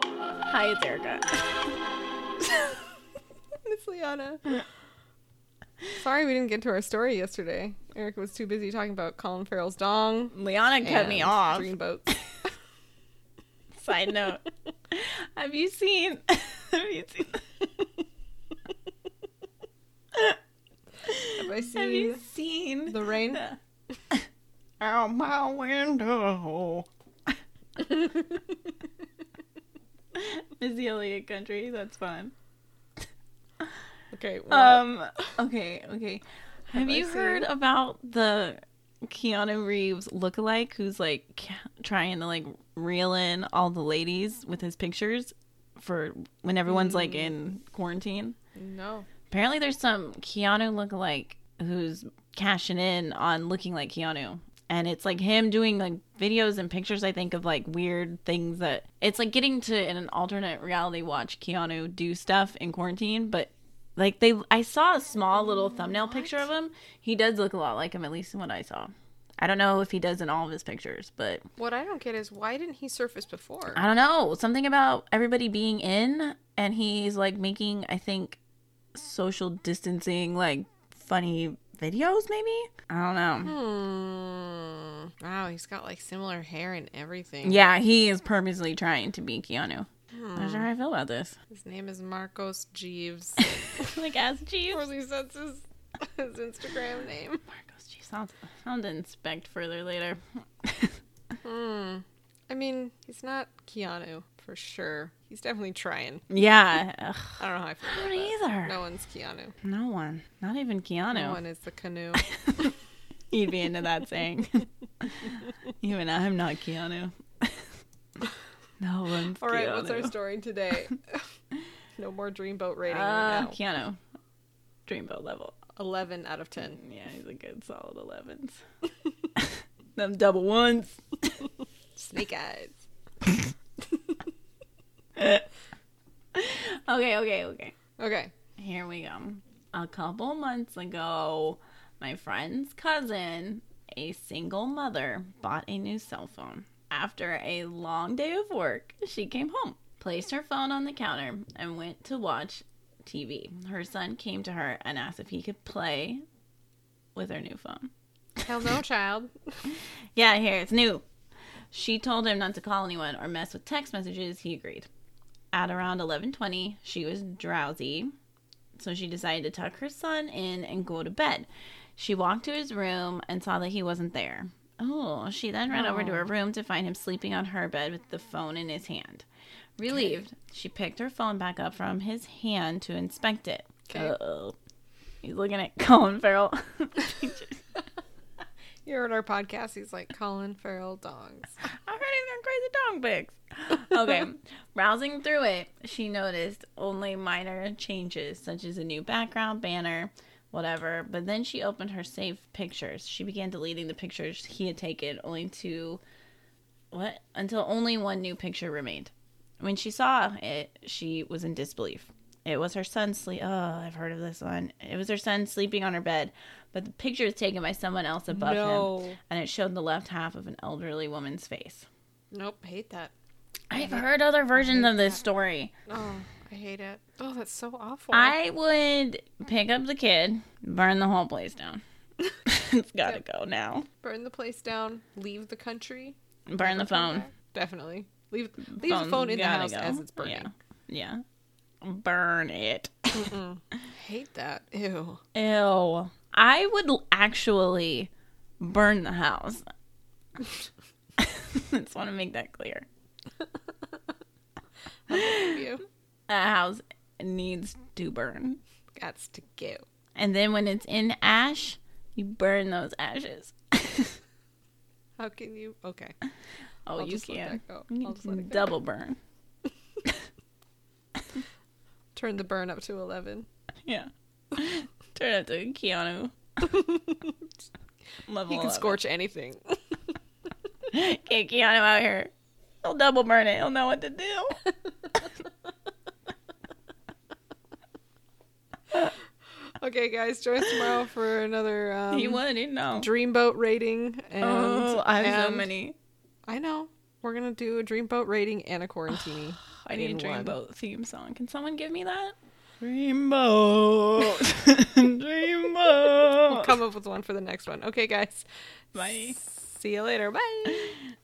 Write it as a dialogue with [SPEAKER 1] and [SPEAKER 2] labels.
[SPEAKER 1] Hi, it's Erica.
[SPEAKER 2] it's Liana. Sorry we didn't get to our story yesterday. Erica was too busy talking about Colin Farrell's dong,
[SPEAKER 1] Liana cut me
[SPEAKER 2] and
[SPEAKER 1] off.
[SPEAKER 2] dreamboats.
[SPEAKER 1] Side note: Have you seen? Have you seen?
[SPEAKER 2] Have I
[SPEAKER 1] Have you
[SPEAKER 2] seen
[SPEAKER 1] seen
[SPEAKER 2] the rain?
[SPEAKER 1] out my window? Missy Elliott country. That's fun.
[SPEAKER 2] Okay. what?
[SPEAKER 1] Um. Okay. Okay. Have,
[SPEAKER 2] I
[SPEAKER 1] you
[SPEAKER 2] seen?
[SPEAKER 1] heard about the Keanu Reeves lookalike who's like ca- trying to like reel in all the ladies with his pictures for when everyone's like in quarantine?
[SPEAKER 2] no.
[SPEAKER 1] Apparently, there's some Keanu lookalike who's cashing in on looking like Keanu. And it's like him doing like videos and pictures, I think, of like weird things that it's like getting to in an alternate reality watch Keanu do stuff in quarantine. But like they, I saw a small little thumbnail picture of him. He does look a lot like him, at least in what I saw. I don't know if he does in all of his pictures, but
[SPEAKER 2] What I don't get is why didn't he surface before?
[SPEAKER 1] I don't know. Something about everybody being in, and he's like making, I think, social distancing, like funny videos, maybe? I don't know.
[SPEAKER 2] Hmm. Wow, he's got like similar hair and everything.
[SPEAKER 1] Yeah, he is purposely trying to be Keanu. I'm not sure how I feel about this.
[SPEAKER 2] His name is Marcos Jeeves.
[SPEAKER 1] like, as Jeeves.
[SPEAKER 2] or at least that's his, his Instagram name.
[SPEAKER 1] Marcos, Jeeves. Sounds, sounds inspect further later.
[SPEAKER 2] Hmm. I mean, he's not Keanu for sure. He's definitely trying.
[SPEAKER 1] yeah. Ugh,
[SPEAKER 2] I don't know how I feel
[SPEAKER 1] I
[SPEAKER 2] about that.
[SPEAKER 1] don't either.
[SPEAKER 2] No one's Keanu.
[SPEAKER 1] No one. Not even Keanu.
[SPEAKER 2] No one is the canoe.
[SPEAKER 1] He'd be into that saying. even I'm not Keanu. no one's
[SPEAKER 2] All right, what's our
[SPEAKER 1] Keanu.
[SPEAKER 2] story today? no more dreamboat rating.
[SPEAKER 1] Uh,
[SPEAKER 2] right now.
[SPEAKER 1] Keanu, Dreamboat level.
[SPEAKER 2] Eleven out of ten.
[SPEAKER 1] Yeah, he's a good solid 11s. Them double ones.
[SPEAKER 2] Snake eyes.
[SPEAKER 1] Okay, okay, okay.
[SPEAKER 2] Okay.
[SPEAKER 1] Here we go. A couple months ago, my friend's cousin, a single mother, bought a new cell phone. After a long day of work, she came home, placed her phone on the counter, and went to watch TV. Her son came to her and asked if he could play with her new phone.
[SPEAKER 2] Hell no, child.
[SPEAKER 1] Yeah, here, it's new. She told him not to call anyone or mess with text messages. He agreed. At around 11:20, she was drowsy, so she decided to tuck her son in and go to bed. She walked to his room and saw that he wasn't there. Oh, she then ran over to her room to find him sleeping on her bed with the phone in his hand. Relieved, she picked her phone back up from his hand to inspect it.
[SPEAKER 2] Okay.
[SPEAKER 1] oh. He's looking at Colin Farrell.
[SPEAKER 2] You heard our podcast. He's like Colin Farrell dongs.
[SPEAKER 1] I'm running their crazy dog pics. Okay. Browsing through it, she noticed only minor changes, such as a new background, banner, whatever. But then she opened her saved pictures. She began deleting the pictures he had taken, only to what? Until only one new picture remained. When she saw it, she was in disbelief. It was her son sleep. Oh, I've heard of this one. It was her son sleeping on her bed, but the picture was taken by someone else above him
[SPEAKER 2] no.
[SPEAKER 1] and it showed the left half of an elderly woman's face.
[SPEAKER 2] Nope. Hate that.
[SPEAKER 1] I've heard other versions of this story.
[SPEAKER 2] Oh, I hate it. Oh, that's so awful.
[SPEAKER 1] I would pick up the kid, burn the whole place down. it's gotta go now.
[SPEAKER 2] Burn the place down. Leave the country.
[SPEAKER 1] Burn the phone.
[SPEAKER 2] Definitely. Leave leave the Um, phone in the
[SPEAKER 1] gotta
[SPEAKER 2] house
[SPEAKER 1] go.
[SPEAKER 2] as it's burning.
[SPEAKER 1] Yeah. yeah. Burn it.
[SPEAKER 2] Mm-mm. Hate that. Ew.
[SPEAKER 1] Ew. I would l- actually burn the house. just want to make that clear.
[SPEAKER 2] You.
[SPEAKER 1] That house needs to burn.
[SPEAKER 2] Gots to go.
[SPEAKER 1] And then when it's in ash, you burn those ashes.
[SPEAKER 2] How can you? Okay.
[SPEAKER 1] Oh,
[SPEAKER 2] I'll
[SPEAKER 1] you
[SPEAKER 2] just let
[SPEAKER 1] can.
[SPEAKER 2] that go.
[SPEAKER 1] You
[SPEAKER 2] I'll just let
[SPEAKER 1] can
[SPEAKER 2] it go.
[SPEAKER 1] double burn.
[SPEAKER 2] Turn the burn up to eleven.
[SPEAKER 1] Yeah. Turn it to Keanu. Level
[SPEAKER 2] He can
[SPEAKER 1] 11.
[SPEAKER 2] scorch anything.
[SPEAKER 1] Get Keanu out here. He'll double burn it. He'll know what to do.
[SPEAKER 2] okay, guys, join us tomorrow for another um,
[SPEAKER 1] he would. He'd know.
[SPEAKER 2] dreamboat rating. And,
[SPEAKER 1] oh, I have so
[SPEAKER 2] and-
[SPEAKER 1] many.
[SPEAKER 2] I know. We're gonna do a dreamboat rating and a quarantini.
[SPEAKER 1] I need
[SPEAKER 2] in
[SPEAKER 1] a
[SPEAKER 2] one.
[SPEAKER 1] dreamboat theme song. Can someone give me that?
[SPEAKER 2] Dreamboat.
[SPEAKER 1] dreamboat.
[SPEAKER 2] We'll come up with one for the next one. Okay, guys.
[SPEAKER 1] Bye.
[SPEAKER 2] See you later. Bye.